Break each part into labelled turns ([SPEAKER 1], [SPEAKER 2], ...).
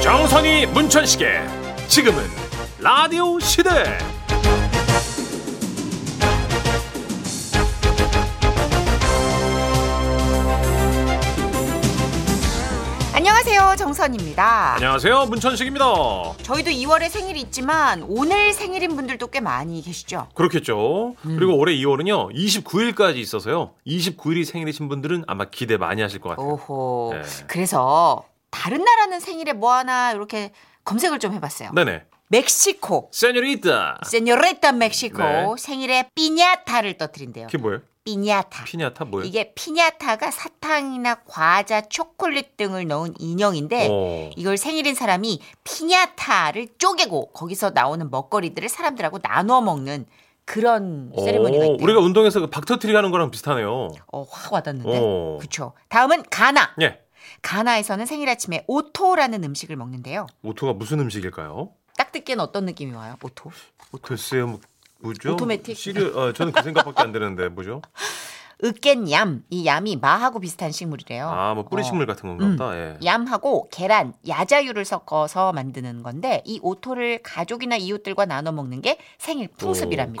[SPEAKER 1] 조선이 문천식의 지금은 라디오 시대
[SPEAKER 2] 안녕하세요 정선입니다.
[SPEAKER 1] 안녕하세요 문천식입니다
[SPEAKER 2] 저희도 2월에 생일이 있지만 오늘 생일인 분들도 꽤 많이 계시죠.
[SPEAKER 1] 그렇겠죠
[SPEAKER 2] 음.
[SPEAKER 1] 그리고 올해 2월은요 29일까지 있어서요 29일이 생일이신 분들은 아마 기대 많이 하실 것 같아요
[SPEAKER 2] 오호.
[SPEAKER 1] 네.
[SPEAKER 2] 그래서 다른 나라는 생일에 뭐 하나 이렇게 검색을 좀 해봤어요.
[SPEAKER 1] 네네
[SPEAKER 2] 멕시코.
[SPEAKER 1] 세뇨리타
[SPEAKER 2] 세뇨레타 멕시코
[SPEAKER 1] 네.
[SPEAKER 2] 생일에 피냐타를 떠뜨린대요.
[SPEAKER 1] 그게 뭐예요?
[SPEAKER 2] 피냐타.
[SPEAKER 1] 피냐타 뭐예요?
[SPEAKER 2] 이게 피냐타가 사탕이나 과자, 초콜릿 등을 넣은 인형인데
[SPEAKER 1] 어.
[SPEAKER 2] 이걸 생일인 사람이 피냐타를 쪼개고 거기서 나오는 먹거리들을 사람들하고 나눠 먹는 그런 세리머니가
[SPEAKER 1] 어,
[SPEAKER 2] 있대요.
[SPEAKER 1] 우리가 운동에서 그박 터트리 가는 거랑 비슷하네요
[SPEAKER 2] 어, 확 와닿는데.
[SPEAKER 1] 어.
[SPEAKER 2] 그렇죠. 다음은 가나.
[SPEAKER 1] 예
[SPEAKER 2] 가나에서는 생일 아침에 오토라는 음식을 먹는데요.
[SPEAKER 1] 오토가 무슨 음식일까요?
[SPEAKER 2] 딱 듣기엔 어떤 느낌이 와요? 오토.
[SPEAKER 1] 글쎄요 뭐- 뭐죠?
[SPEAKER 2] 오토매틱.
[SPEAKER 1] 시리얼, 어, 저는 그 생각밖에 안 드는데 뭐죠?
[SPEAKER 2] 으깬얌. 이 얌이 마하고 비슷한 식물이래요.
[SPEAKER 1] 아 뭐
[SPEAKER 2] 어.
[SPEAKER 1] 뿌리식물 같은 건가
[SPEAKER 2] 음.
[SPEAKER 1] 보다 예.
[SPEAKER 2] 얌하고 계란, 야자유를 섞어서 만드는 건데 이 오토를 가족이나 이웃들과 나눠 먹는 게 생일 풍습이랍니다.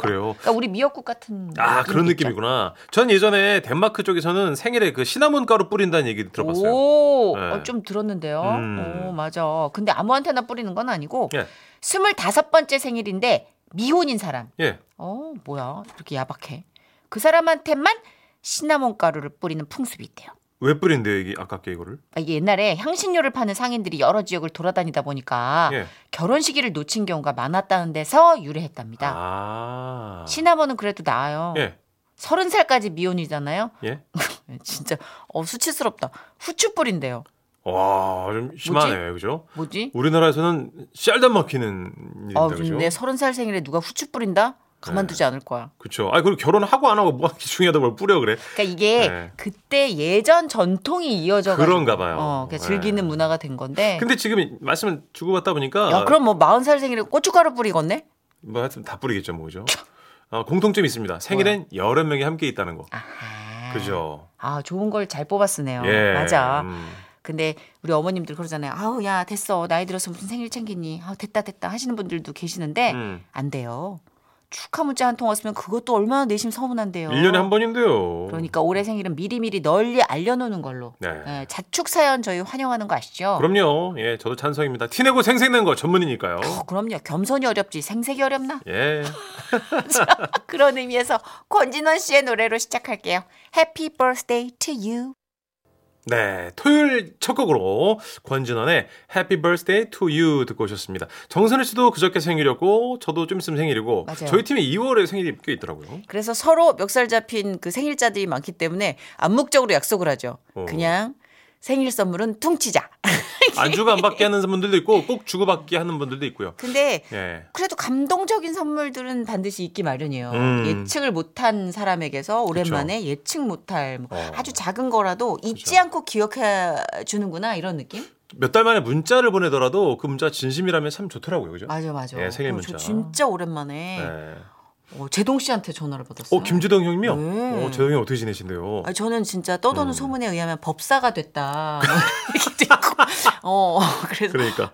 [SPEAKER 1] 오, 그래요?
[SPEAKER 2] 그러니까 우리 미역국 같은
[SPEAKER 1] 아 그런
[SPEAKER 2] 느낌이죠.
[SPEAKER 1] 느낌이구나. 전 예전에 덴마크 쪽에서는 생일에 그 시나몬 가루 뿌린다는 얘기 들어봤어요.
[SPEAKER 2] 오,
[SPEAKER 1] 네.
[SPEAKER 2] 어, 좀 들었는데요.
[SPEAKER 1] 음.
[SPEAKER 2] 오, 맞아. 근데 아무한테나 뿌리는 건 아니고
[SPEAKER 1] 예.
[SPEAKER 2] 스물다섯 번째 생일인데 미혼인 사람.
[SPEAKER 1] 예.
[SPEAKER 2] 어, 뭐야? 이렇게 야박해. 그 사람한테만 시나몬 가루를 뿌리는 풍습이 있대요.
[SPEAKER 1] 왜 뿌린대요 이게 아깝게 이거를?
[SPEAKER 2] 아, 이게 옛날에 향신료를 파는 상인들이 여러 지역을 돌아다니다 보니까
[SPEAKER 1] 예.
[SPEAKER 2] 결혼 시기를 놓친 경우가 많았다는 데서 유래했답니다.
[SPEAKER 1] 아.
[SPEAKER 2] 시나몬은 그래도 나아요.
[SPEAKER 1] 예.
[SPEAKER 2] 서른 살까지 미혼이잖아요.
[SPEAKER 1] 예.
[SPEAKER 2] 진짜 어, 수치스럽다. 후추 뿌린대요.
[SPEAKER 1] 와, 좀 심하네. 그죠?
[SPEAKER 2] 뭐지?
[SPEAKER 1] 우리나라에서는 쌀단 막히는
[SPEAKER 2] 아,
[SPEAKER 1] 일인데
[SPEAKER 2] 요즘
[SPEAKER 1] 그죠?
[SPEAKER 2] 내 서른 살 생일에 누가 후추 뿌린다? 가만두지 않을 거야.
[SPEAKER 1] 그렇죠. 아, 그리고 결혼하고 안 하고 뭐가 그렇게 중요하다고 뭘 뿌려 그래?
[SPEAKER 2] 그러니까 이게
[SPEAKER 1] 네.
[SPEAKER 2] 그때 예전 전통이 이어져 가지고
[SPEAKER 1] 그런가 봐요.
[SPEAKER 2] 어,
[SPEAKER 1] 네.
[SPEAKER 2] 그러니까 즐기는 문화가 된 건데.
[SPEAKER 1] 근데 아. 지금 말씀을 주고받다 보니까
[SPEAKER 2] 네. 야, 그럼 뭐 마흔 살 생일에 고춧가루 뿌리겠네?
[SPEAKER 1] 뭐 하여튼 다 뿌리겠죠, 뭐 그죠? 아, 공통점이 있습니다. 생일엔 여러 명이 함께 있다는 거.
[SPEAKER 2] 아하.
[SPEAKER 1] 그죠?
[SPEAKER 2] 아, 좋은 걸 잘 뽑았으네요.
[SPEAKER 1] 예.
[SPEAKER 2] 맞아.
[SPEAKER 1] 음.
[SPEAKER 2] 근데 우리 어머님들 그러잖아요. 아우, 야, 됐어. 나이 들어서 무슨 생일 챙기니? 아, 됐다, 됐다 하시는 분들도 계시는데
[SPEAKER 1] 음.
[SPEAKER 2] 안 돼요. 축하 문자 한 통 왔으면 그것도 얼마나 내심 서운한데요.
[SPEAKER 1] 1년에 한 번인데요.
[SPEAKER 2] 그러니까 올해 생일은 미리미리 널리 알려놓는 걸로.
[SPEAKER 1] 네.
[SPEAKER 2] 예, 자축 사연 저희 환영하는 거 아시죠?
[SPEAKER 1] 그럼요. 예, 저도 찬성입니다. 티내고 생색낸 거 전문이니까요.
[SPEAKER 2] 어, 그럼요. 겸손이 어렵지 생색이 어렵나?
[SPEAKER 1] 예.
[SPEAKER 2] 그런 의미에서 권진원 씨의 노래로 시작할게요. Happy birthday to you.
[SPEAKER 1] 네. 토요일 첫 곡으로 권진원의 Happy Birthday to You 듣고 오셨습니다. 정선우 씨도 그저께 생일이었고, 저도 좀 있으면 생일이고,
[SPEAKER 2] 맞아요.
[SPEAKER 1] 저희 팀에 2월에 생일이 꽤 있더라고요.
[SPEAKER 2] 그래서 서로 멱살 잡힌 그 생일자들이 많기 때문에 암묵적으로 약속을 하죠.
[SPEAKER 1] 어.
[SPEAKER 2] 그냥 생일 선물은 퉁치자.
[SPEAKER 1] 안 주고 안 받게 하는 분들도 있고, 꼭 주고받게 하는 분들도 있고요.
[SPEAKER 2] 근데
[SPEAKER 1] 예.
[SPEAKER 2] 그래도 감동적인 선물들은 반드시 있기 마련이에요.
[SPEAKER 1] 음.
[SPEAKER 2] 예측을 못한 사람에게서 오랜만에 예측 못할 뭐
[SPEAKER 1] 어.
[SPEAKER 2] 아주 작은 거라도 잊지
[SPEAKER 1] 그죠.
[SPEAKER 2] 않고 기억해 주는구나 이런 느낌?
[SPEAKER 1] 몇 달 만에 문자를 보내더라도 그 문자 진심이라면 참 좋더라고요. 그죠?
[SPEAKER 2] 맞아 맞아.
[SPEAKER 1] 예, 생일
[SPEAKER 2] 어, 저
[SPEAKER 1] 문자.
[SPEAKER 2] 진짜 오랜만에
[SPEAKER 1] 네.
[SPEAKER 2] 어, 재동 씨한테 전화를 받았어요.
[SPEAKER 1] 어, 김재동 형님이요?
[SPEAKER 2] 네.
[SPEAKER 1] 어, 재동이 어떻게 지내신대요?
[SPEAKER 2] 아, 저는 진짜 떠도는
[SPEAKER 1] 음.
[SPEAKER 2] 소문에 의하면 법사가 됐다. 이렇게 되고. 어, 그래서
[SPEAKER 1] 그러니까.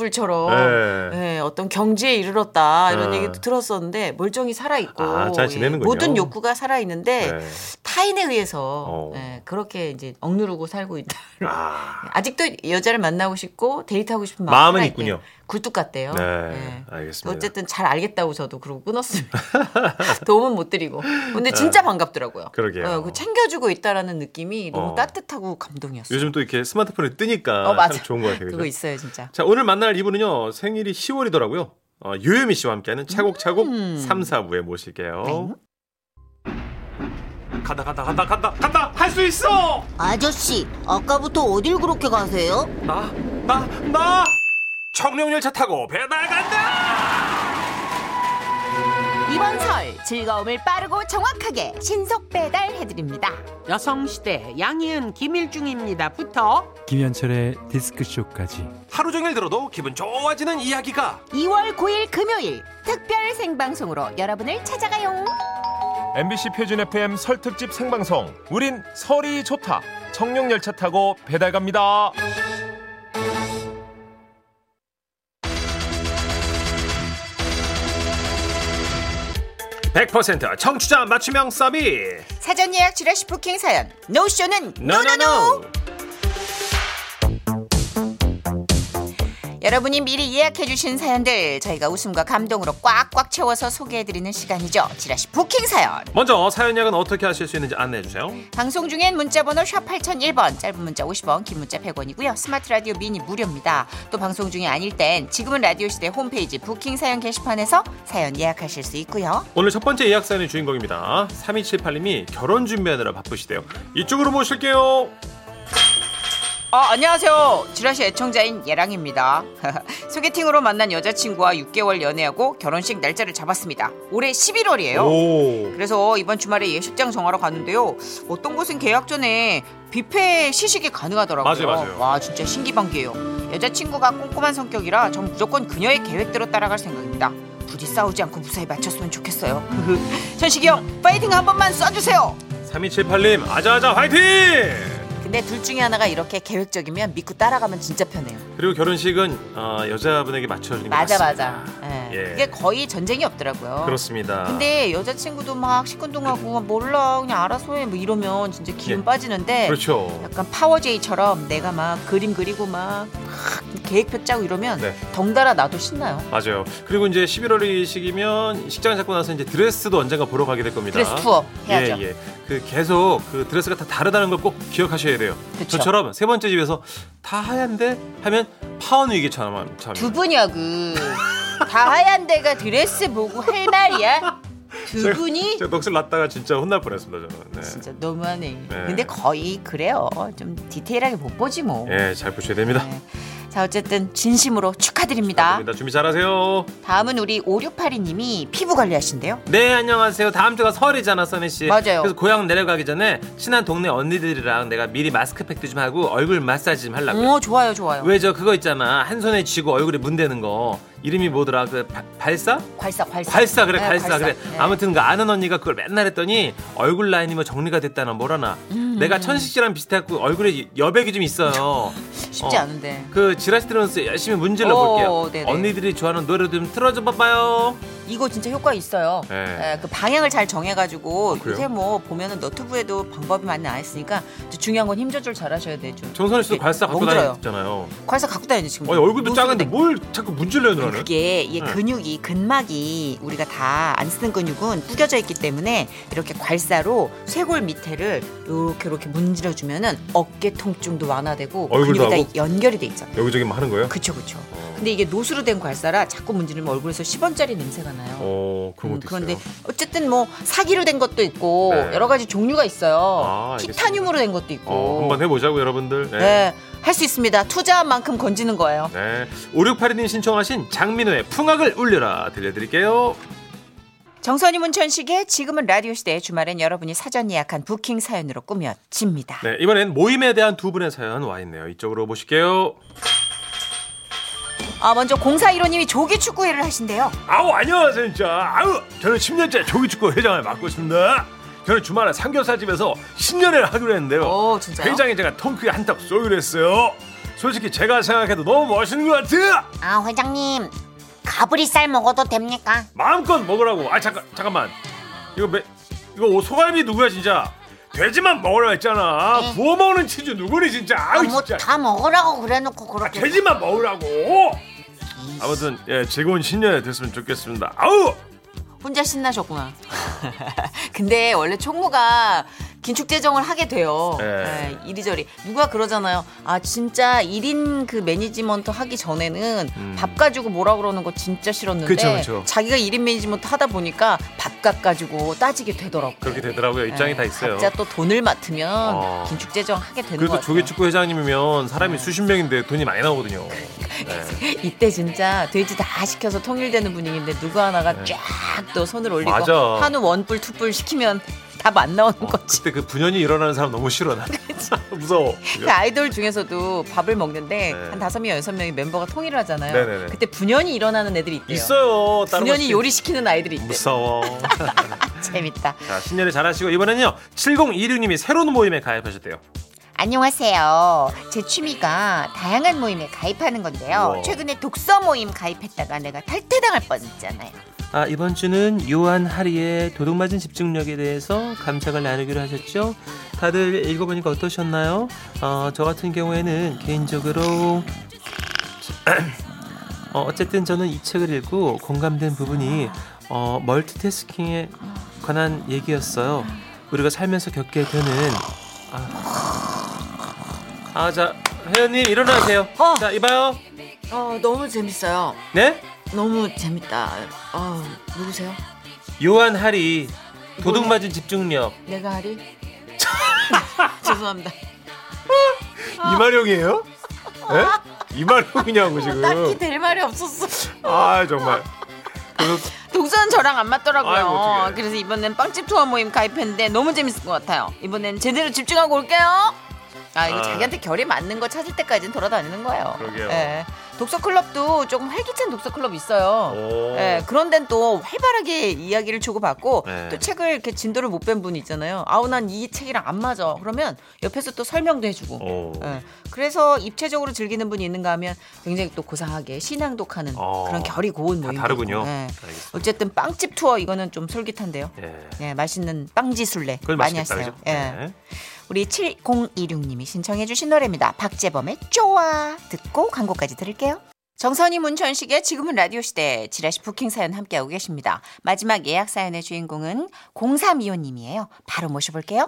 [SPEAKER 2] 등신불처럼
[SPEAKER 1] 예.
[SPEAKER 2] 예, 어떤 경지에 이르렀다 이런
[SPEAKER 1] 네.
[SPEAKER 2] 얘기도 들었었는데 멀쩡히 살아 있고 예,
[SPEAKER 1] 아, 잘 지내는군요.
[SPEAKER 2] 모든 욕구가 살아 있는데
[SPEAKER 1] 네.
[SPEAKER 2] 타인에 의해서
[SPEAKER 1] 어.
[SPEAKER 2] 예, 그렇게 이제 억누르고 살고 있다.
[SPEAKER 1] 아,
[SPEAKER 2] 아직도 여자를 만나고 싶고 데이트하고 싶은 마음이
[SPEAKER 1] 마음은
[SPEAKER 2] 살아있대요.
[SPEAKER 1] 있군요.
[SPEAKER 2] 굴뚝 같대요.
[SPEAKER 1] 네,
[SPEAKER 2] 예.
[SPEAKER 1] 알겠습니다.
[SPEAKER 2] 어쨌든 잘 알겠다고 저도 그러고 끊었습니다. 도움은 못 드리고. 근데 진짜 반갑더라고요.
[SPEAKER 1] 네. 그러게요.
[SPEAKER 2] 어, 그 챙겨주고 있다라는 느낌이 너무
[SPEAKER 1] 어.
[SPEAKER 2] 따뜻하고 감동이었어요.
[SPEAKER 1] 요즘 또 이렇게 스마트폰이 뜨니까
[SPEAKER 2] 어, 맞아.
[SPEAKER 1] 참 좋은 것 같아요.
[SPEAKER 2] 그거
[SPEAKER 1] 그죠?
[SPEAKER 2] 있어요, 진짜.
[SPEAKER 1] 자, 오늘 만날 이분은요, 생일이 10월이더라고요. 어, 요요미 씨와 함께하는 차곡차곡
[SPEAKER 2] 음.
[SPEAKER 1] 3, 4부에 모실게요.
[SPEAKER 2] 네.
[SPEAKER 1] 간다, 간다, 간다, 간다, 간다! 할 수 있어!
[SPEAKER 3] 아저씨, 아까부터 어딜 그렇게 가세요?
[SPEAKER 1] 나, 나, 나! 청룡 열차 타고 배달 간다!
[SPEAKER 2] 이번 설 즐거움을 빠르고 정확하게 신속 배달해드립니다.
[SPEAKER 4] 여성시대 양희은 김일중입니다부터
[SPEAKER 5] 김현철의 디스크쇼까지
[SPEAKER 1] 하루 종일 들어도 기분 좋아지는 이야기가
[SPEAKER 2] 2월 9일 금요일 특별 생방송으로 여러분을 찾아가요.
[SPEAKER 6] MBC 표준 FM 설 특집 생방송 우린 설이 좋다 청룡열차 타고 배달 갑니다
[SPEAKER 1] 100% 청취자 맞춤형 서비스.
[SPEAKER 2] 사전 예약 지라시 부킹 사연 노쇼는
[SPEAKER 1] 노노노.
[SPEAKER 2] 여러분이 미리 예약해 주신 사연들 저희가 웃음과 감동으로 꽉꽉 채워서 소개해 드리는 시간이죠. 지라시 부킹 사연.
[SPEAKER 1] 먼저 사연 예약은 어떻게 하실 수 있는지 안내해 주세요.
[SPEAKER 2] 방송 중엔 문자 번호 샵 8001번 짧은 문자 50원 긴 문자 100원이고요. 스마트 라디오 미니 무료입니다. 또 방송 중이 아닐 땐 지금은 라디오 시대 홈페이지 부킹 사연 게시판에서 사연 예약하실 수 있고요.
[SPEAKER 1] 오늘 첫 번째 예약 사연의 주인공입니다. 3278님이 결혼 준비하느라 바쁘시대요. 이쪽으로 모실게요.
[SPEAKER 2] 아, 안녕하세요. 지라시 애청자인 예랑입니다. 소개팅으로 만난 여자친구와 6개월 연애하고 결혼식 날짜를 잡았습니다. 올해 11월이에요.
[SPEAKER 1] 오.
[SPEAKER 2] 그래서 이번 주말에 예식장 정하러 가는데요. 어떤 곳은 계약 전에 뷔페 시식이 가능하더라고요.
[SPEAKER 1] 맞아요, 맞아요.
[SPEAKER 2] 와 진짜 신기방기예요. 여자친구가 꼼꼼한 성격이라 전 무조건 그녀의 계획대로 따라갈 생각입니다. 부디 싸우지 않고 무사히 마쳤으면 좋겠어요. 천식이 형 파이팅 한 번만 쏴주세요.
[SPEAKER 1] 3278님 아자아자 화이팅!
[SPEAKER 2] 근데 둘 중에 하나가 이렇게 계획적이면 믿고 따라가면 진짜 편해요.
[SPEAKER 1] 그리고 결혼식은 어, 여자분에게 맞춰주는 게
[SPEAKER 2] 맞아
[SPEAKER 1] 네, 맞습니다.
[SPEAKER 2] 맞아. 예.
[SPEAKER 1] 예.
[SPEAKER 2] 그게 거의 전쟁이 없더라고요.
[SPEAKER 1] 그렇습니다.
[SPEAKER 2] 근데 여자친구도 막 시큰둥하고 몰라 그냥 알아서 해 뭐 이러면 진짜 기운
[SPEAKER 1] 예.
[SPEAKER 2] 빠지는데
[SPEAKER 1] 그렇죠.
[SPEAKER 2] 약간 파워제이처럼 내가 막 그림 그리고 막, 막 계획표 짜고 이러면
[SPEAKER 1] 네.
[SPEAKER 2] 덩달아 나도 신나요.
[SPEAKER 1] 맞아요. 그리고 이제 11월이 시기면 식장 잡고 나서 이제 드레스도 언젠가 보러 가게 될 겁니다.
[SPEAKER 2] 드레스 투어 해야죠.
[SPEAKER 1] 예, 예. 그 계속 그 드레스가 다 다르다는 걸 꼭 기억하셔야 돼요.
[SPEAKER 2] 그쵸.
[SPEAKER 1] 저처럼 세 번째 집에서 다 하얀데 하면 파혼 위기처럼 참.
[SPEAKER 2] 두 분이야 그 다 하얀 데가 드레스 보고 할 말이야. 두
[SPEAKER 1] 제가-
[SPEAKER 2] 분이
[SPEAKER 1] 제가 넋을 났다가 진짜 혼날 뻔했습니다 저는. 네.
[SPEAKER 2] 진짜 너무하네.
[SPEAKER 1] 네.
[SPEAKER 2] 근데 거의 그래요. 좀 디테일하게 못 보지 뭐.
[SPEAKER 1] 예, 잘 보셔야 됩니다.
[SPEAKER 2] 네. 자 어쨌든 진심으로 축하드립니다.
[SPEAKER 1] 감사합니다. 준비 잘하세요.
[SPEAKER 2] 다음은 우리 5682님이 피부 관리하신대요.
[SPEAKER 1] 네 안녕하세요. 다음 주가 설이잖아 써니 씨.
[SPEAKER 2] 맞아요.
[SPEAKER 1] 그래서 고향 내려가기 전에 친한 동네 언니들이랑 내가 미리 마스크팩도 좀 하고 얼굴 마사지 좀 하려고요.
[SPEAKER 2] 오 좋아요 좋아요.
[SPEAKER 1] 왜 저 그거 있잖아 한 손에 쥐고 얼굴에 문대는 거 이름이 뭐더라 그 바- 발사?
[SPEAKER 2] 괄사 괄사.
[SPEAKER 1] 발사 그래
[SPEAKER 2] 네,
[SPEAKER 1] 발사, 그래
[SPEAKER 2] 네.
[SPEAKER 1] 아무튼 그 아는 언니가 그걸 맨날 했더니 얼굴 라인이 뭐 정리가 됐다나 뭐라나
[SPEAKER 2] 음,
[SPEAKER 1] 내가 천식 씨랑 비슷하고 얼굴에 여백이 좀 있어요
[SPEAKER 2] 쉽지
[SPEAKER 1] 어.
[SPEAKER 2] 않은데.
[SPEAKER 1] 그 지라시 들으면서 열심히 문질러
[SPEAKER 2] 오,
[SPEAKER 1] 볼게요
[SPEAKER 2] 네네.
[SPEAKER 1] 언니들이 좋아하는 노래 좀 틀어줘 봐봐요
[SPEAKER 2] 이거 진짜 효과 있어요.
[SPEAKER 1] 네. 아,
[SPEAKER 2] 예, 그 방향을 잘 정해가지고
[SPEAKER 1] 그래요?
[SPEAKER 2] 요새 뭐 보면은 너튜브에도 방법이 많이 나와 있으니까 이제 중요한 건 힘 조절 잘 하셔야 돼요. 좀.
[SPEAKER 1] 정선우 씨도
[SPEAKER 2] 이렇게
[SPEAKER 1] 괄사 갖고
[SPEAKER 2] 멍들어요.
[SPEAKER 1] 다니잖아요
[SPEAKER 2] 괄사 갖고 다니죠 지금.
[SPEAKER 1] 아니 어, 얼굴도
[SPEAKER 2] 노숙인데.
[SPEAKER 1] 작은데 뭘 자꾸 문질러요
[SPEAKER 2] 아니,
[SPEAKER 1] 누나는
[SPEAKER 2] 그게 이게
[SPEAKER 1] 네.
[SPEAKER 2] 근육이 근막이 우리가 다 안 쓰는 근육은 구겨져 있기 때문에 이렇게 괄사로 쇄골 밑에를 이렇게 이렇게 문질러 주면은 어깨 통증도 완화되고
[SPEAKER 1] 얼굴도
[SPEAKER 2] 근육이
[SPEAKER 1] 하고? 어.
[SPEAKER 2] 다 연결이 돼 있잖아.
[SPEAKER 1] 여기저기 막 하는 거예요?
[SPEAKER 2] 그쵸 그쵸. 근데 이게 노수로 된 괄사라 자꾸 문지르면 얼굴에서 10원짜리 냄새가 나요.
[SPEAKER 1] 어 그런
[SPEAKER 2] 음,
[SPEAKER 1] 것도
[SPEAKER 2] 그런데
[SPEAKER 1] 있어요
[SPEAKER 2] 어쨌든 뭐 사기로 된 것도 있고
[SPEAKER 1] 네.
[SPEAKER 2] 여러 가지 종류가 있어요.
[SPEAKER 1] 아, 알겠습니다.
[SPEAKER 2] 티타늄으로 된 것도 있고.
[SPEAKER 1] 어, 한번 해보자고 여러분들
[SPEAKER 2] 네. 할 수 있습니다. 투자한 만큼 건지는 거예요.
[SPEAKER 1] 네. 5682님 신청하신 장민호의 풍악을 울려라 들려드릴게요.
[SPEAKER 2] 정선이 문천식의 지금은 라디오 시대 주말엔 여러분이 사전 예약한 부킹 사연으로 꾸며집니다.
[SPEAKER 1] 네, 이번엔 모임에 대한 두 분의 사연 와 있네요. 이쪽으로 보실게요.
[SPEAKER 2] 아, 먼저 공사 1호님이 조기 축구회를 하신대요.
[SPEAKER 1] 아우, 안녕하세요, 진짜. 아우, 저는 10년째 조기축구 회장을 맡고 있습니다. 저는 주말에 삼겹살집에서 신년회를 하기로 했는데요.
[SPEAKER 2] 오, 진짜요?
[SPEAKER 1] 회장이 제가 통크에 한턱 쏘기로 했어요. 솔직히 제가 생각해도 너무 멋있는 것 같아요.
[SPEAKER 7] 아 회장님 가브리살 먹어도 됩니까?
[SPEAKER 1] 마음껏 먹으라고. 아, 잠깐, 잠깐만. 이거 매, 이거 소갈비 누구야, 진짜? 돼지만 먹으라 했잖아.
[SPEAKER 7] 네.
[SPEAKER 1] 구워 먹는 치즈 누구니, 진짜. 아우,
[SPEAKER 7] 뭐
[SPEAKER 1] 진짜. 아,
[SPEAKER 7] 다 먹으라고 그래놓고 그렇게
[SPEAKER 1] 먹으라고. 아무튼 예 즐거운 신년이 됐으면 좋겠습니다. 아우
[SPEAKER 2] 혼자 신나셨구나. 근데 원래 총무가 긴축재정을 하게 돼요.
[SPEAKER 1] 네.
[SPEAKER 2] 예, 이리저리. 누가 그러잖아요. 아, 진짜 1인 그 매니지먼트 하기 전에는 밥 가지고 뭐라 그러는 거 진짜 싫었는데
[SPEAKER 1] 음. 그쵸, 그쵸.
[SPEAKER 2] 자기가 1인 매니지먼트 하다 보니까 밥값 가지고 따지게 되더라고요.
[SPEAKER 1] 그렇게 되더라고요. 입장이
[SPEAKER 2] 예,
[SPEAKER 1] 다 있어요.
[SPEAKER 2] 각자 또 돈을 맡으면
[SPEAKER 1] 어.
[SPEAKER 2] 긴축재정 하게 되는 거
[SPEAKER 1] 그래도
[SPEAKER 2] 같아요.
[SPEAKER 1] 조기축구 회장님이면 사람이 수십 명인데 돈이 많이 나오거든요. 네.
[SPEAKER 2] 이때 진짜 돼지 다 시켜서 통일되는 분위기인데 누구 하나가 쫙 또 손을 올리고
[SPEAKER 1] 예. 맞아.
[SPEAKER 2] 한우 원뿔 투뿔 시키면 답 안 나오는 거지.
[SPEAKER 1] 그때 그 분연이 일어나는 사람 너무 싫어 나. 무서워.
[SPEAKER 2] 그 아이돌 중에서도 밥을 먹는데
[SPEAKER 1] 네.
[SPEAKER 2] 한 다섯 명 여섯 명이 멤버가 통일을 하잖아요.
[SPEAKER 1] 네네네.
[SPEAKER 2] 그때 분연이 일어나는 애들이 있대요.
[SPEAKER 1] 있어요. 다른 거
[SPEAKER 2] 분연이
[SPEAKER 1] 시-
[SPEAKER 2] 요리 시키는 아이들이 있대.
[SPEAKER 1] 무서워.
[SPEAKER 2] 재밌다.
[SPEAKER 1] 자 신년에 잘하시고 이번에는요 7026님이 새로운 모임에 가입하셨대요.
[SPEAKER 7] 안녕하세요. 제 취미가
[SPEAKER 2] 어,
[SPEAKER 7] 다양한 모임에 가입하는 건데요.
[SPEAKER 1] 우와.
[SPEAKER 7] 최근에 독서 모임 가입했다가 내가 탈퇴당할 뻔했잖아요.
[SPEAKER 8] 아, 이번 주는 요한 하리의 도둑맞은 집중력에 대해서 감상을 나누기로 하셨죠? 다들 읽어보니까 어떠셨나요? 어, 저 같은 경우에는 개인적으로 어, 어쨌든 저는 이 책을 읽고 공감된 부분이 어, 멀티태스킹에 관한 얘기였어요. 우리가 살면서 겪게 되는 아, 아 자, 회원님 일어나세요.
[SPEAKER 9] 어.
[SPEAKER 8] 자, 이봐요.
[SPEAKER 9] 어, 너무 재밌어요.
[SPEAKER 8] 네?
[SPEAKER 9] 너무 재밌다. 어, 누구세요?
[SPEAKER 8] 요한 하리 도둑맞은 집중력.
[SPEAKER 9] 내가 하리? 죄송합니다.
[SPEAKER 1] 이마룡이에요? 예? 이마룡이냐고
[SPEAKER 9] 딱히
[SPEAKER 1] 지금.
[SPEAKER 9] 될 말이 없었어.
[SPEAKER 1] 아 정말. 그래서
[SPEAKER 2] 동서는 저랑 안 맞더라고요.
[SPEAKER 1] 아이고, 어떡해.
[SPEAKER 2] 그래서 이번엔 빵집 투어 모임 가입했는데 너무 재밌을 것 같아요. 이번엔 제대로 집중하고 올게요. 아 이거
[SPEAKER 1] 아.
[SPEAKER 2] 자기한테 결이 맞는 거 찾을 때까지는 돌아다니는 거예요.
[SPEAKER 1] 그러게요.
[SPEAKER 2] 예. 독서 클럽도 조금 활기찬 독서 클럽 있어요.
[SPEAKER 1] 오.
[SPEAKER 2] 예, 그런 데는 또 활발하게 이야기를 주고받고
[SPEAKER 1] 네.
[SPEAKER 2] 또 책을 이렇게 진도를 못 뺀 분이 있잖아요. 아우 난 이 책이랑 안 맞아. 그러면 옆에서 또 설명도 해주고.
[SPEAKER 8] 어.
[SPEAKER 1] 오.
[SPEAKER 2] 예, 그래서 입체적으로 즐기는 분이 있는가 하면 굉장히 또 고상하게 신앙독하는
[SPEAKER 1] 어.
[SPEAKER 2] 그런 결이 고운 모임.
[SPEAKER 1] 다르군요. 알겠습니다.
[SPEAKER 2] 어쨌든 빵집 투어 이거는 좀 솔깃한데요.
[SPEAKER 1] 예.
[SPEAKER 2] 예, 맛있는 빵지술래
[SPEAKER 1] 그건
[SPEAKER 2] 많이
[SPEAKER 1] 맛있겠다,
[SPEAKER 2] 하세요.
[SPEAKER 1] 그죠? 네.
[SPEAKER 2] 예. 우리 7026님이 신청해 주신 노래입니다. 박재범의 쪼아 듣고 광고까지 들을게요. 정선이 문천식의 지금은 라디오 시대 지라시 부킹 사연 함께하고 계십니다. 마지막 예약 사연의 주인공은 0325님이에요. 바로 모셔볼게요.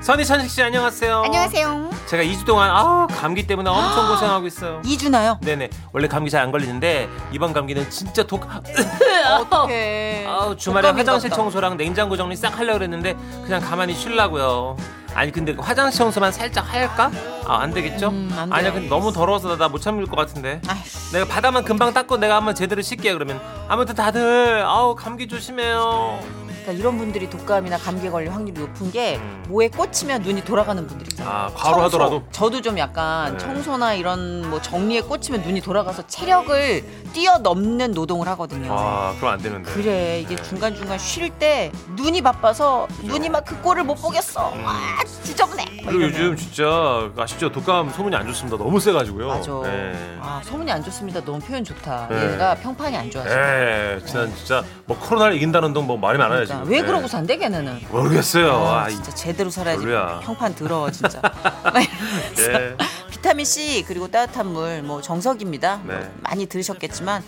[SPEAKER 8] 선희 천식 씨 안녕하세요.
[SPEAKER 2] 안녕하세요.
[SPEAKER 8] 제가 2주 동안 아, 감기 때문에 엄청 고생하고 있어요.
[SPEAKER 2] 이준아요.
[SPEAKER 8] 어, 네네 원래 감기 잘 안 걸리는데 이번 감기는 진짜 독 아,
[SPEAKER 2] 어떻게?
[SPEAKER 8] 아우 주말에 화장실 청소랑 냉장고 정리 싹 하려고 그랬는데 그냥 가만히 쉬려고요 아니 근데 그 화장실 청소만 살짝 할까? 아 안 되겠죠?
[SPEAKER 2] 안 돼요.
[SPEAKER 8] 아니야 근데 너무 더러워서 나 못 참을 것 같은데 내가 바다만 금방 닦고 내가 한번 제대로 씻게 그러면 아무튼 다들 아우 감기 조심해요
[SPEAKER 2] 그러니까 이런 분들이 독감이나 감기 걸릴 확률이 높은 게 뭐에 꽂히면 눈이 돌아가는 분들 있잖아요.
[SPEAKER 8] 음. 아, 과로
[SPEAKER 2] 청소.
[SPEAKER 8] 하더라도?
[SPEAKER 2] 저도 좀 약간
[SPEAKER 1] 네.
[SPEAKER 2] 청소나 이런 뭐 정리에 꽂히면 눈이 돌아가서 체력을 뛰어넘는 노동을 하거든요.
[SPEAKER 1] 아 그럼 안 되는데.
[SPEAKER 2] 그래 이게 중간 중간 쉴 때 눈이 바빠서 눈이 막 그 꼴을 못 보겠어.
[SPEAKER 8] 음.
[SPEAKER 2] 아 지저분해. 막
[SPEAKER 8] 그리고
[SPEAKER 2] 이러네요.
[SPEAKER 8] 요즘 진짜 아시죠 독감 소문이 안 좋습니다 너무 세가지고요
[SPEAKER 2] 맞아.
[SPEAKER 8] 예.
[SPEAKER 2] 아 소문이 안 좋습니다. 너무 표현 좋다.
[SPEAKER 8] 네.
[SPEAKER 2] 얘가 평판이 안 좋아서.
[SPEAKER 8] 예, 지난 진짜 뭐 코로나를 이긴다는 둥뭐 말이 많아요
[SPEAKER 2] 네. 그러니까
[SPEAKER 8] 지금.
[SPEAKER 2] 왜
[SPEAKER 8] 예.
[SPEAKER 2] 그러고 산대 걔네는.
[SPEAKER 8] 모르겠어요.
[SPEAKER 2] 아,
[SPEAKER 8] 아, 이-
[SPEAKER 2] 진짜 제대로 살아야지.
[SPEAKER 8] 별로야.
[SPEAKER 2] 평판 더러워 진짜.
[SPEAKER 8] 예.
[SPEAKER 2] 비타민 C 그리고 따뜻한 물 뭐 정석입니다.
[SPEAKER 1] 네.
[SPEAKER 2] 뭐 많이 들으셨겠지만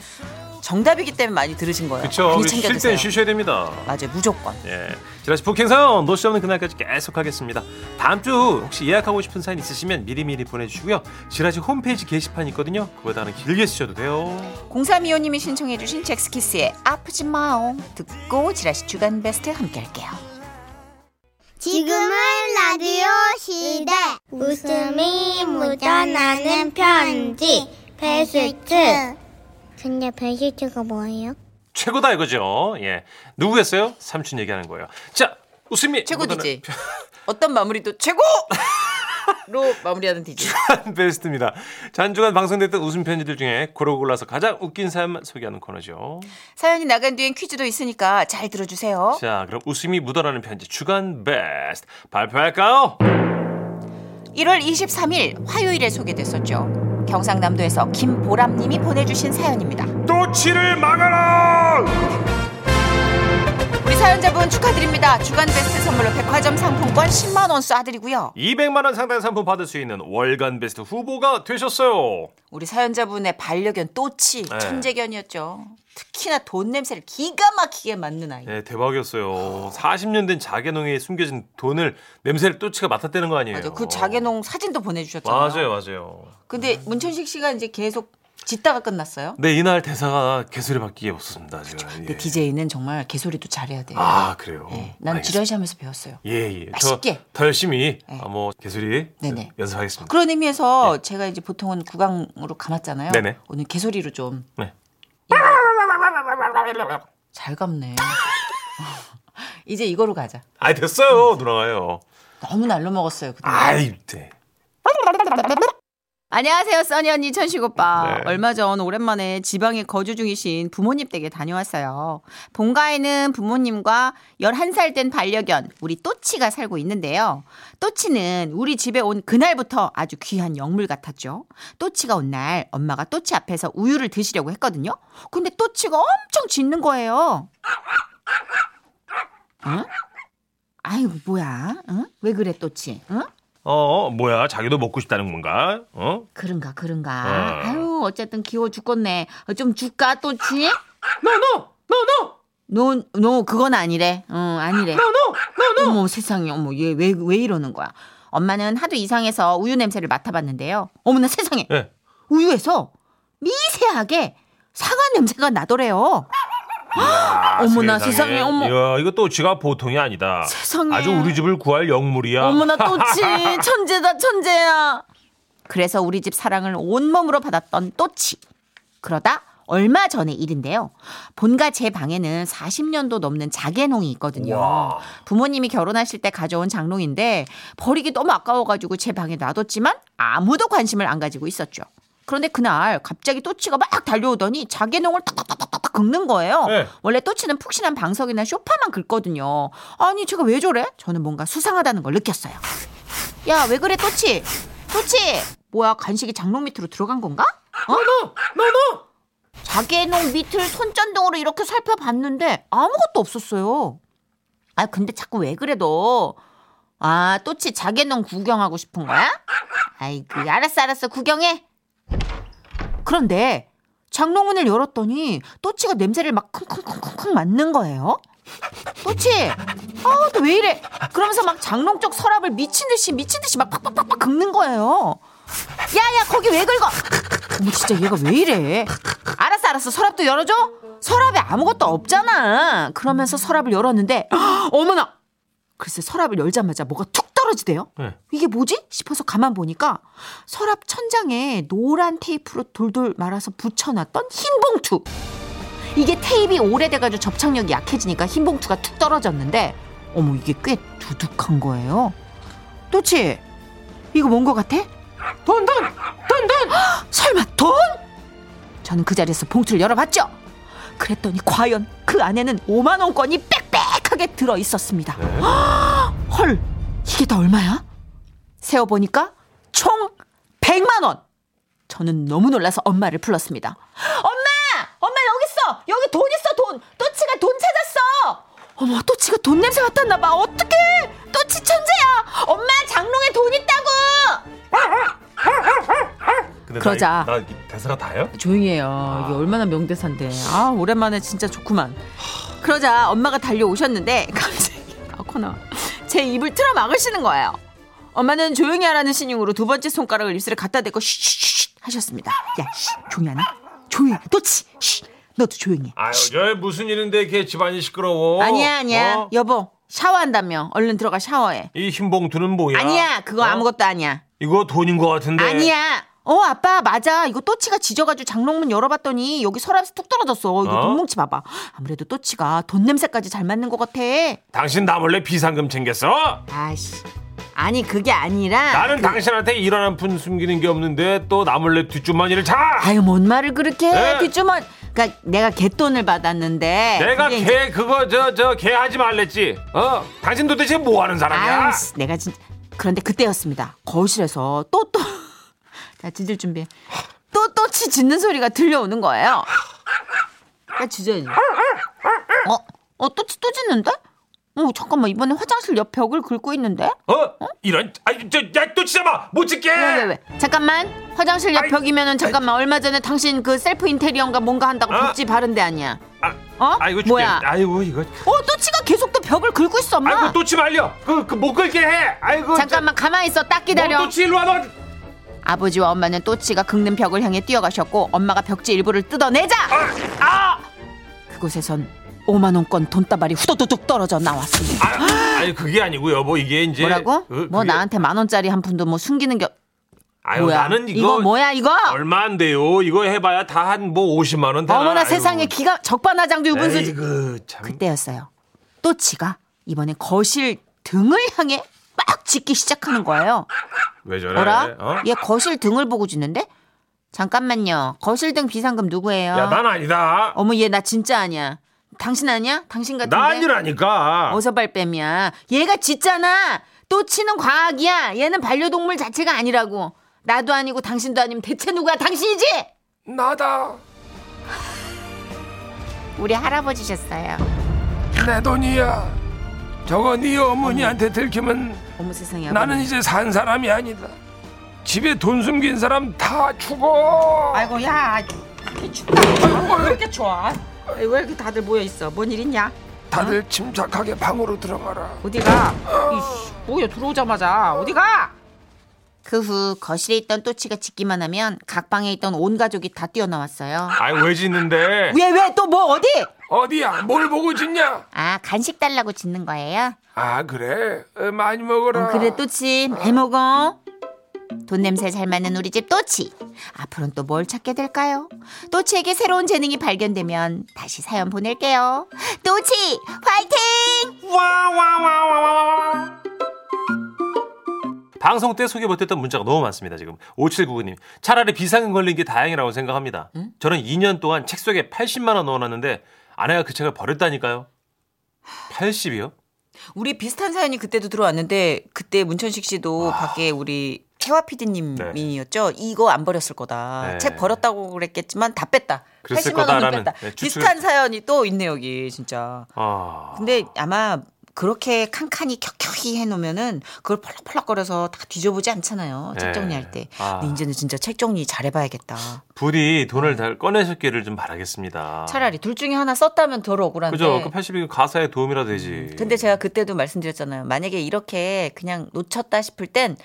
[SPEAKER 2] 정답이기 때문에 많이 들으신 거예요.
[SPEAKER 8] 그쵸.
[SPEAKER 2] 많이 챙겨
[SPEAKER 8] 쉴땐
[SPEAKER 2] 드세요.
[SPEAKER 8] 쉬셔야 됩니다.
[SPEAKER 2] 맞아요, 무조건.
[SPEAKER 8] 예. 지라시 북행 사연 놓치 없는 그날까지 계속 하겠습니다. 다음 주 혹시 예약하고 싶은 사연 있으시면 미리미리 보내주시고요. 지라시 홈페이지 게시판 있거든요. 그보다는 길게 쓰셔도 돼요.
[SPEAKER 2] 0325님이 신청해주신 잭스키스의 아프지 마옹 듣고 지라시 주간 베스트 함께할게요.
[SPEAKER 10] 지금은 라디오 시대 웃음이 묻어나는 편지 베스트 근데 베스트가 뭐예요?
[SPEAKER 8] 최고다 이거죠. 예. 누구겠어요? 삼촌 얘기하는 거예요. 자, 웃음이
[SPEAKER 2] 최고 DJ. 어떤 마무리도 최고! 로 마무리하는 DJ.
[SPEAKER 8] 베스트입니다. 잔주간 방송됐던 웃음 편지들 중에 고르고 골라서 가장 웃긴 사연만 소개하는 코너죠.
[SPEAKER 2] 사연이 나간 뒤엔 퀴즈도 있으니까 잘 들어주세요.
[SPEAKER 8] 자, 그럼 웃음이 묻어나는 편지 주간 베스트 발표할까요?
[SPEAKER 2] 1월 23일 화요일에 소개됐었죠. 경상남도에서 김보람님이 보내주신 사연입니다.
[SPEAKER 8] 예.
[SPEAKER 1] 도치를 막아라.
[SPEAKER 2] 우리 사연자분 축하드립니다. 주간 베스트 선물로 백화점 상품권 10만 원 쏴드리고요.
[SPEAKER 8] 200만 원 상당의 상품 받을 수 있는 월간 베스트 후보가 되셨어요.
[SPEAKER 2] 우리 사연자분의 반려견 또치
[SPEAKER 8] 네.
[SPEAKER 2] 천재견이었죠. 특히나 돈 냄새를 기가 막히게 맡는 아이.
[SPEAKER 8] 네, 대박이었어요. 40년 된 자개농에 숨겨진 돈을 냄새를 또치가 맡았다는 거 아니에요?
[SPEAKER 2] 맞아. 그 자개농 사진도 보내주셨잖아요.
[SPEAKER 8] 맞아요, 맞아요.
[SPEAKER 2] 근데 문천식 씨가 이제 계속 짓다가 끝났어요.
[SPEAKER 8] 네, 이날 대사가 개소리 밖에 없었습니다. 제가.
[SPEAKER 2] 아, 근데
[SPEAKER 8] 예.
[SPEAKER 2] DJ는 정말 개소리도 잘해야 돼요.
[SPEAKER 8] 아, 그래요.
[SPEAKER 2] 네, 난
[SPEAKER 8] 알겠습니다.
[SPEAKER 2] 지라시하면서 배웠어요.
[SPEAKER 8] 예, 예.
[SPEAKER 2] 맛있게.
[SPEAKER 8] 저더 열심히
[SPEAKER 2] 네.
[SPEAKER 8] 아, 뭐 개소리
[SPEAKER 2] 네네. 음.
[SPEAKER 8] 연습하겠습니다.
[SPEAKER 2] 그런 의미에서 제가 이제 보통은 구강으로 감았잖아요.
[SPEAKER 8] 예. 네네.
[SPEAKER 2] 오늘 개소리로 좀.
[SPEAKER 8] 네.
[SPEAKER 2] 잘 감네. 이제 이거로 가자.
[SPEAKER 8] 아이
[SPEAKER 2] 음.
[SPEAKER 8] 됐어요, 네. 누나가요.
[SPEAKER 2] 너무 날로 먹었어요. 그동안.
[SPEAKER 8] 아이, 네.
[SPEAKER 2] 안녕하세요, 써니 언니, 천식 오빠.
[SPEAKER 1] 네.
[SPEAKER 2] 얼마 전 오랜만에 지방에 거주 중이신 부모님 댁에 다녀왔어요. 본가에는 부모님과 11살 된 반려견, 우리 또치가 살고 있는데요. 또치는 우리 집에 온 그날부터 아주 귀한 영물 같았죠. 또치가 온 날 엄마가 또치 앞에서 우유를 드시려고 했거든요. 근데 또치가 엄청 짖는 거예요. 응? 아유, 뭐야? 응? 왜 그래, 또치? 응?
[SPEAKER 1] 어, 뭐야? 자기도 먹고 싶다는 건가? 어?
[SPEAKER 2] 그런가 그런가.
[SPEAKER 1] 어.
[SPEAKER 2] 아유 어쨌든 귀여워 죽겠네. 어, 좀 줄까 또치? 노노 노노. 노노 그건 아니래. 어 아니래. 노노 노노. 어머 세상에 어머 얘 왜 왜 이러는 거야? 엄마는 하도 이상해서 우유 냄새를 맡아봤는데요. 어머나 세상에
[SPEAKER 1] 예.
[SPEAKER 2] 우유에서 미세하게 사과 냄새가 나더래요. 아, 어머나, 세상에, 어머.
[SPEAKER 1] 이야, 이거 또 지가 보통이 아니다.
[SPEAKER 2] 세상에.
[SPEAKER 1] 아주 우리 집을 구할 영물이야.
[SPEAKER 2] 어머나 또치 천재다 천재야. 그래서 우리 집 사랑을 온몸으로 받았던 또치. 그러다 얼마 전의 일인데요. 본가 제 방에는 40년도 넘는 자개농이 있거든요.
[SPEAKER 1] 와.
[SPEAKER 2] 부모님이 결혼하실 때 가져온 장롱인데 버리기 너무 아까워가지고 제 방에 놔뒀지만 아무도 관심을 안 가지고 있었죠. 그런데 그날 갑자기 또치가 막 달려오더니 자개농을 탁탁탁탁탁 긁는 거예요.
[SPEAKER 1] 네.
[SPEAKER 2] 원래 또치는 푹신한 방석이나 쇼파만 긁거든요. 아니 제가 왜 저래? 저는 뭔가 수상하다는 걸 느꼈어요. 야 왜 그래 또치? 또치 뭐야 간식이 장롱 밑으로 들어간 건가? 어? 자개농 밑을 손전등으로 이렇게 살펴봤는데 아무것도 없었어요. 아 근데 자꾸 왜 그래 너? 아 또치 자개농 구경하고 싶은 거야? 아이고 알았어 알았어 구경해. 그런데 장롱문을 열었더니 또치가 냄새를 막 쿵쿵쿵쿵쿵 맡는 거예요. 또치, 아너 왜 이래? 그러면서 막 장롱 쪽 서랍을 미친 듯이 미친 듯이 막 팍팍팍팍 긁는 거예요. 야야 거기 왜 긁어? 어머 진짜 얘가 왜 이래? 알았어 알았어 서랍도 열어줘. 서랍에 아무것도 없잖아. 그러면서 서랍을 열었는데 헉, 어머나 글쎄 서랍을 열자마자 뭐가 툭 떨어지대요.
[SPEAKER 1] 네.
[SPEAKER 2] 이게 뭐지? 싶어서 가만 보니까 서랍 천장에 노란 테이프로 돌돌 말아서 붙여놨던 흰 봉투. 이게 테이프 오래돼가지고 접착력이 약해지니까 흰 봉투가 툭 떨어졌는데 어머 이게 꽤 두둑한 거예요. 또치 이거 뭔 거 같아? 돈, 돈, 돈, 돈. 설마 돈? 저는 그 자리에서 봉투를 열어봤죠. 그랬더니 과연 그 안에는 5만 원권이 빽빽하게 들어 있었습니다. 헐, 이게 다 얼마야? 세어 보니까 총 100만 원. 저는 너무 놀라서 엄마를 불렀습니다. 엄마! 엄마 여기 있어. 여기 돈 있어, 돈. 또치가 돈 찾았어. 어머, 또치가 돈 냄새 맡았나 봐. 어떡해? 또치 천재야. 엄마 장롱에 돈 있다고.
[SPEAKER 1] 근데
[SPEAKER 2] 그러자.
[SPEAKER 1] 나, 이- 나 이- 대사가 다요?
[SPEAKER 2] 조용히
[SPEAKER 1] 아.
[SPEAKER 2] 해요. 이게 얼마나 명대사인데. 아, 오랜만에 진짜 좋구만. 그러자 엄마가 달려오셨는데 갑자기 아코나 제 입을 틀어 막으시는 거예요. 엄마는 조용히 하라는 신용으로 두 번째 손가락을 입술에 갖다 대고 쉿쉿쉿 하셨습니다. 야, 쉿, 조용히 하나? 조용히. 너치. 쉿. 너도 조용히. 해.
[SPEAKER 1] 아유, 저 무슨 일인데 걔 집안이 시끄러워.
[SPEAKER 2] 아니야, 아니야.
[SPEAKER 1] 어?
[SPEAKER 2] 여보, 샤워한다며. 얼른 들어가 샤워해.
[SPEAKER 1] 이 흰봉투는 뭐야?
[SPEAKER 2] 아니야, 그거
[SPEAKER 1] 어?
[SPEAKER 2] 아무것도 아니야.
[SPEAKER 1] 이거 돈인 것 같은데.
[SPEAKER 2] 아니야. 어 아빠 맞아 이거 또치가 지져가지고 장롱문 열어봤더니 여기 서랍에서 뚝 떨어졌어 이거
[SPEAKER 1] 어?
[SPEAKER 2] 돈뭉치 봐봐 아무래도 또치가 돈 냄새까지 잘 맞는 것 같아
[SPEAKER 1] 당신 나 몰래 비상금 챙겼어?
[SPEAKER 2] 아씨 아니 그게 아니라
[SPEAKER 1] 나는 당신한테 일원 한 푼 숨기는 게 없는데 또 나 몰래 뒷주머니를 차.
[SPEAKER 2] 아유 뭔 말을 그렇게 해
[SPEAKER 1] 네.
[SPEAKER 2] 뒷주머니 그러니까 내가 개돈을 받았는데
[SPEAKER 1] 내가
[SPEAKER 2] 그게
[SPEAKER 1] 걔
[SPEAKER 2] 이제-
[SPEAKER 1] 그거 저 저 걔 하지 말랬지. 어? 당신 도대체 뭐 하는 사람이야?
[SPEAKER 2] 아유 씨, 내가 진짜 그런데 그때였습니다 거실에서 또 또 자 짖을 준비 또 또치 짖는 소리가 들려오는 거예요 나 짖어야지 어? 어 또치 또 짖는데? 어 잠깐만 이번에 화장실 옆 벽을 긁고 있는데?
[SPEAKER 1] 어? 이런 아이 저야또 치자마 못 찍게.
[SPEAKER 2] 왜 왜 왜? 잠깐만 화장실 옆
[SPEAKER 1] 아이,
[SPEAKER 2] 벽이면은 잠깐만 얼마 전에 당신 그 셀프 인테리어인가 뭔가 한다고
[SPEAKER 1] 아.
[SPEAKER 2] 복지 바른 데 아니야
[SPEAKER 1] 아,
[SPEAKER 2] 어?
[SPEAKER 1] 아이고 죽겠.
[SPEAKER 2] 뭐야?
[SPEAKER 1] 아이고 이거.
[SPEAKER 2] 어 또치가 계속 또 벽을 긁고 있어 엄마
[SPEAKER 1] 아이고 또치 말려. 그 그 못 긁게 해. 아이고.
[SPEAKER 2] 잠깐만 가만히 있어 딱 기다려
[SPEAKER 1] 또치 일로 와 너.
[SPEAKER 2] 아버지와 엄마는 또치가 긁는 벽을 향해 뛰어가셨고 엄마가 벽지 일부를 뜯어내자
[SPEAKER 1] 아!
[SPEAKER 2] 그곳에선 5만 원권 돈다발이 후두둑 떨어져 나왔습니다.
[SPEAKER 1] 아, 아니 그게 아니고 여보 이게 이제
[SPEAKER 2] 뭐라고?
[SPEAKER 1] 그,
[SPEAKER 2] 뭐
[SPEAKER 1] 그게-
[SPEAKER 2] 나한테 만 원짜리 한 푼도 뭐 숨기는 게
[SPEAKER 1] 아유
[SPEAKER 2] 뭐야?
[SPEAKER 1] 나는 이거,
[SPEAKER 2] 뭐야 이거?
[SPEAKER 1] 얼마 안 돼요. 이거 해봐야 다 한 뭐 5십만 원. 되나?
[SPEAKER 2] 어머나
[SPEAKER 1] 아이고.
[SPEAKER 2] 세상에 기가 적반하장도
[SPEAKER 1] 그-
[SPEAKER 2] 유분수지.
[SPEAKER 1] 에이그 참.
[SPEAKER 2] 그때였어요. 또치가 이번에 거실 등을 향해 막
[SPEAKER 11] 막 짖기 시작하는 거예요.
[SPEAKER 1] 왜 저래?
[SPEAKER 11] 어라?
[SPEAKER 1] 어?
[SPEAKER 11] 얘 거실 등을 보고 짖는데? 잠깐만요. 거실 등 비상금 누구예요?
[SPEAKER 1] 야, 난 아니다.
[SPEAKER 11] 어머 얘 나 진짜 아니야. 당신 아니야? 당신 같은데?
[SPEAKER 1] 나 아니라니까.
[SPEAKER 11] 어서 발뺌이야. 얘가 짖잖아. 또 치는 과학이야. 얘는 반려동물 자체가 아니라고. 나도 아니고 당신도 아니면 대체 누가 당신이지?
[SPEAKER 1] 나다.
[SPEAKER 11] 우리 할아버지셨어요.
[SPEAKER 1] 내 돈이야. 저거 네 어머니한테 들키면
[SPEAKER 11] 어머 세상에.
[SPEAKER 1] 나는 이제 산 사람이 아니다. 집에 돈 숨긴 사람 다 죽어.
[SPEAKER 2] 어. 아이고 야 이렇게 춥다. 왜 이렇게 좋아? 왜 이렇게 다들 모여 있어? 뭔 일 있냐?
[SPEAKER 1] 다들 침착하게 방으로 들어가라.
[SPEAKER 2] 어디가? 이씨, 뭐야 들어오자마자 어디가?
[SPEAKER 11] 그 후 거실에 있던 또치가 짖기만 하면 각 방에 있던 온 가족이 다 뛰어나왔어요.
[SPEAKER 1] 아이 왜 짖는데?
[SPEAKER 2] 왜 왜 또 뭐 어디?
[SPEAKER 1] 어디야? 뭘 보고 짖냐?
[SPEAKER 11] 아 간식 달라고 짖는 거예요?
[SPEAKER 1] 아 그래? 어, 많이 먹어라.
[SPEAKER 11] 어, 그래 또치 잘 먹어. 돈 냄새 잘 맡는 우리 집 또치. 앞으로는 또 뭘 찾게 될까요? 또치에게 새로운 재능이 발견되면 다시 사연 보낼게요. 또치 화이팅!
[SPEAKER 8] 방송 때 소개 못했던 문자가 너무 많습니다. 지금 5799님 차라리 비상금 걸린 게 다행이라고 생각합니다. 저는 2년 동안 책 속에 80만 원 넣어놨는데 아내가 그 책을 버렸다니까요. 80이요?
[SPEAKER 2] 우리 비슷한 사연이 그때도 들어왔는데 그때 문천식 씨도 밖에 우리 태화 PD님이었죠. 이거 안 버렸을 거다.
[SPEAKER 8] 네.
[SPEAKER 2] 책 버렸다고 그랬겠지만 다 뺐다.
[SPEAKER 8] 그랬을
[SPEAKER 2] 80만 원은
[SPEAKER 8] 거다라는,
[SPEAKER 2] 뺐다.
[SPEAKER 8] 네, 추측을-
[SPEAKER 2] 비슷한 사연이 또 있네 여기 진짜.
[SPEAKER 8] 아
[SPEAKER 2] 근데 아마 그렇게 칸칸이 켜켜이 해놓으면은 그걸 펄럭펄럭거려서 다 뒤져보지 않잖아요. 책
[SPEAKER 8] 네.
[SPEAKER 2] 정리할 때.
[SPEAKER 8] 아.
[SPEAKER 2] 근데 이제는 진짜 책 정리 잘해봐야겠다.
[SPEAKER 8] 부디 돈을 잘 꺼내셨기를 좀 바라겠습니다.
[SPEAKER 2] 차라리 둘 중에 하나 썼다면 덜 억울한데.
[SPEAKER 8] 그죠? 그 80이 가사에 도움이라 되지.
[SPEAKER 2] 음, 근데 제가 그때도 말씀드렸잖아요. 만약에 이렇게 그냥 놓쳤다 싶을 땐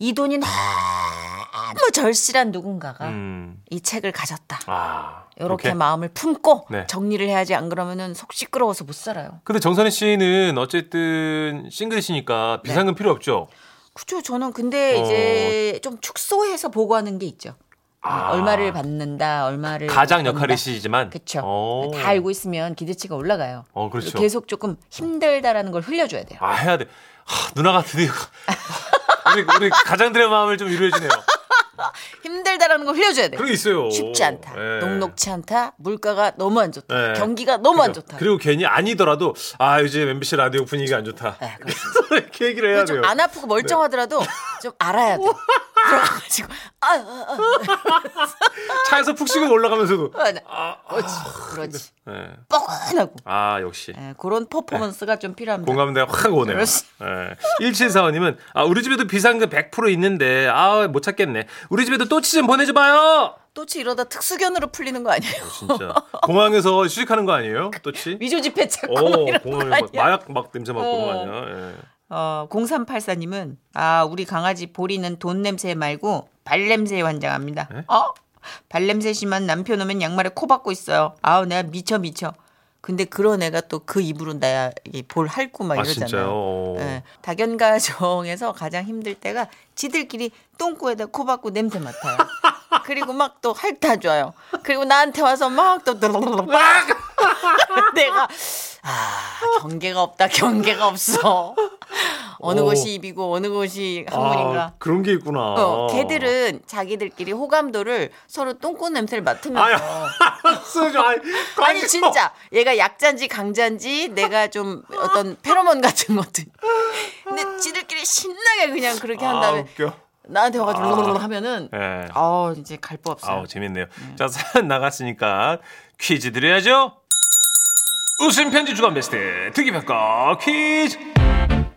[SPEAKER 2] 이 돈이 너무 절실한 누군가가
[SPEAKER 8] 아, 음.
[SPEAKER 2] 이 책을 가졌다.
[SPEAKER 8] 아
[SPEAKER 2] 이렇게
[SPEAKER 8] 오케이.
[SPEAKER 2] 마음을 품고
[SPEAKER 8] 네.
[SPEAKER 2] 정리를 해야지 안 그러면은 속 시끄러워서 못 살아요.
[SPEAKER 8] 근데 정선희 씨는 어쨌든
[SPEAKER 2] 네.
[SPEAKER 8] 싱글이시니까 비상금 필요 없죠.
[SPEAKER 2] 그죠. 저는 근데
[SPEAKER 8] 어.
[SPEAKER 2] 이제 좀 축소해서 보고하는 게 있죠.
[SPEAKER 8] 아.
[SPEAKER 2] 얼마를 받는다, 얼마를
[SPEAKER 8] 가장
[SPEAKER 2] 받는다.
[SPEAKER 8] 역할이시지만
[SPEAKER 2] 네, 그쵸.
[SPEAKER 8] 어.
[SPEAKER 2] 다 알고 있으면 기대치가 올라가요.
[SPEAKER 8] 어, 그렇죠.
[SPEAKER 2] 계속 조금 힘들다라는 걸 흘려줘야 돼요.
[SPEAKER 8] 아 해야 돼. 하, 누나가 드디어 우리 우리 가장들의 마음을 좀 위로해 주네요.
[SPEAKER 2] 힘들다라는 걸 흘려줘야 돼요.
[SPEAKER 8] 그런 게 있어요.
[SPEAKER 2] 쉽지 않다.
[SPEAKER 8] 예.
[SPEAKER 2] 녹록치 않다. 물가가 너무 안 좋다.
[SPEAKER 8] 예.
[SPEAKER 2] 경기가 너무 안
[SPEAKER 8] 그죠.
[SPEAKER 2] 좋다.
[SPEAKER 8] 그리고 괜히 아니더라도 아 요즘 MBC 라디오 분위기가 안 좋다.
[SPEAKER 2] 예, 그렇습니다.
[SPEAKER 8] 서로 이렇게 얘기를 해야 돼요. 네.
[SPEAKER 2] 좀안 아프고 멀쩡하더라도 좀 알아야 돼. 들어가지고 아, 아, 아.
[SPEAKER 8] 차에서 푹 쉬고 올라가면서도.
[SPEAKER 2] 아, 네. 그렇지, 그렇지.
[SPEAKER 8] 예.
[SPEAKER 2] 뻐근하고
[SPEAKER 8] 아 역시.
[SPEAKER 2] 예, 그런 퍼포먼스가 좀 필요합니다.
[SPEAKER 8] 공감대가 확 오네요.
[SPEAKER 2] 그렇지.
[SPEAKER 8] 예. 1745님은 아, 우리 집에도 비상금 100% 있는데 아 못 찾겠네. 우리 집에도 또치 좀 보내줘봐요.
[SPEAKER 2] 또치 이러다 특수견으로 풀리는 거 아니에요?
[SPEAKER 8] 어, 진짜 공항에서 취직하는 거 아니에요? 또치?
[SPEAKER 2] 위조 지폐 찾고 막
[SPEAKER 8] 어
[SPEAKER 2] 이런
[SPEAKER 8] 공항에
[SPEAKER 2] 거
[SPEAKER 8] 막
[SPEAKER 2] 아니야?
[SPEAKER 8] 마약 막 냄새 맡고 그런 거 아니야? 예.
[SPEAKER 2] 어, 0384님은 아 우리 강아지 보리는 돈 냄새 말고 발 냄새에 환장합니다.
[SPEAKER 8] 네?
[SPEAKER 2] 어? 발 냄새 심한 남편 오면 양말에 코 박고 있어요. 아우 내가 미쳐 미쳐. 근데 그런 애가 또 그 입으로 나야 이볼 핥고 막
[SPEAKER 8] 아
[SPEAKER 2] 이러잖아요.
[SPEAKER 8] 진짜요? 어.
[SPEAKER 2] 예, 다견가정에서 가장 힘들 때가 지들끼리 똥꼬에다 코 박고 냄새 맡아요. 그리고 막 또 핥아줘요. 그리고 나한테 와서 막또 막 내가 아 경계가 없다 경계가 없어. 어느
[SPEAKER 8] 오.
[SPEAKER 2] 곳이 입이고 어느 곳이
[SPEAKER 8] 아,
[SPEAKER 2] 항문인가.
[SPEAKER 8] 그런 게 있구나.
[SPEAKER 2] 그러니까 어, 걔들은 자기들끼리 호감도를 서로 똥꼬 냄새를 맡으면서
[SPEAKER 8] 아야. 쓰죠. 아니,
[SPEAKER 2] 아니 진짜 얘가 약자인지 강자인지 내가 좀 어떤 페로몬 같은 것들 근데 지들끼리 신나게 그냥 그렇게 한
[SPEAKER 8] 아,
[SPEAKER 2] 다음에
[SPEAKER 8] 웃겨.
[SPEAKER 2] 나한테 와가지고
[SPEAKER 8] 아.
[SPEAKER 2] 르르르 하면은
[SPEAKER 8] 예.
[SPEAKER 2] 아 이제 갈 법 없어요
[SPEAKER 8] 아우 재밌네요. 자 사연 나갔으니까 퀴즈 드려야죠. 웃음 편지 주간 베스트 특이 평가 퀴즈.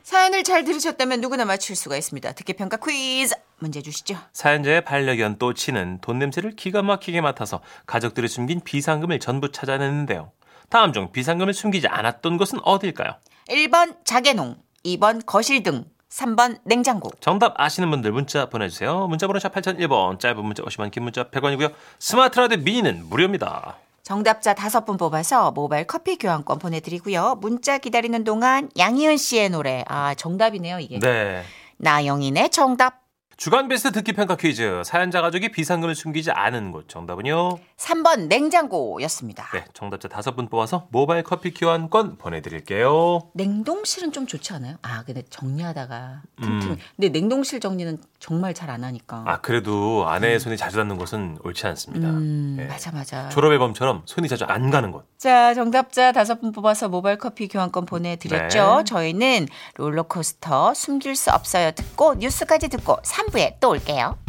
[SPEAKER 2] 사연을 잘 들으셨다면 누구나 맞출 수가 있습니다 듣기평가 퀴즈 문제 주시죠
[SPEAKER 8] 사연자의 반려견 또치는 돈 냄새를 기가 막히게 맡아서 가족들이 숨긴 비상금을 전부 찾아냈는데요. 다음 중 비상금을 숨기지 않았던 곳은 어디일까요?
[SPEAKER 2] 1번 자개농 2번 거실등 3번 냉장고
[SPEAKER 8] 정답 아시는 분들 문자 보내주세요. 문자번호 샵 8001번, 짧은 문자 50원, 긴 문자 100원이고요. 스마트 라디오 미니는 무료입니다.
[SPEAKER 2] 정답자 다섯 분 뽑아서 모바일 커피 교환권 보내드리고요 문자 기다리는 동안 양희은 씨의 노래 아 정답이네요 이게
[SPEAKER 8] 네.
[SPEAKER 2] 나영인의 정답
[SPEAKER 8] 주간 베스트 듣기 평가 퀴즈. 사연자 가족이 비상금을 숨기지 않은 곳. 정답은요?
[SPEAKER 2] 3번 냉장고였습니다.
[SPEAKER 8] 네, 정답자 다섯 분 뽑아서 모바일 커피 교환권 보내드릴게요.
[SPEAKER 2] 냉동실은 좀 좋지 않아요? 아, 근데 정리하다가 틈틈이.
[SPEAKER 8] 음.
[SPEAKER 2] 근데 냉동실 정리는 정말 잘 안 하니까.
[SPEAKER 8] 아, 그래도 아내의 손이 자주 닿는 곳은 옳지 않습니다.
[SPEAKER 2] 음,
[SPEAKER 8] 예.
[SPEAKER 2] 맞아 맞아.
[SPEAKER 8] 졸업앨범처럼 손이 자주 안 가는 곳.
[SPEAKER 2] 자, 정답자 다섯 분 뽑아서 모바일 커피 교환권 보내드렸죠.
[SPEAKER 8] 네.
[SPEAKER 2] 저희는 롤러코스터 숨길 수 없어요 듣고 뉴스까지 듣고 3부에 또 올게요.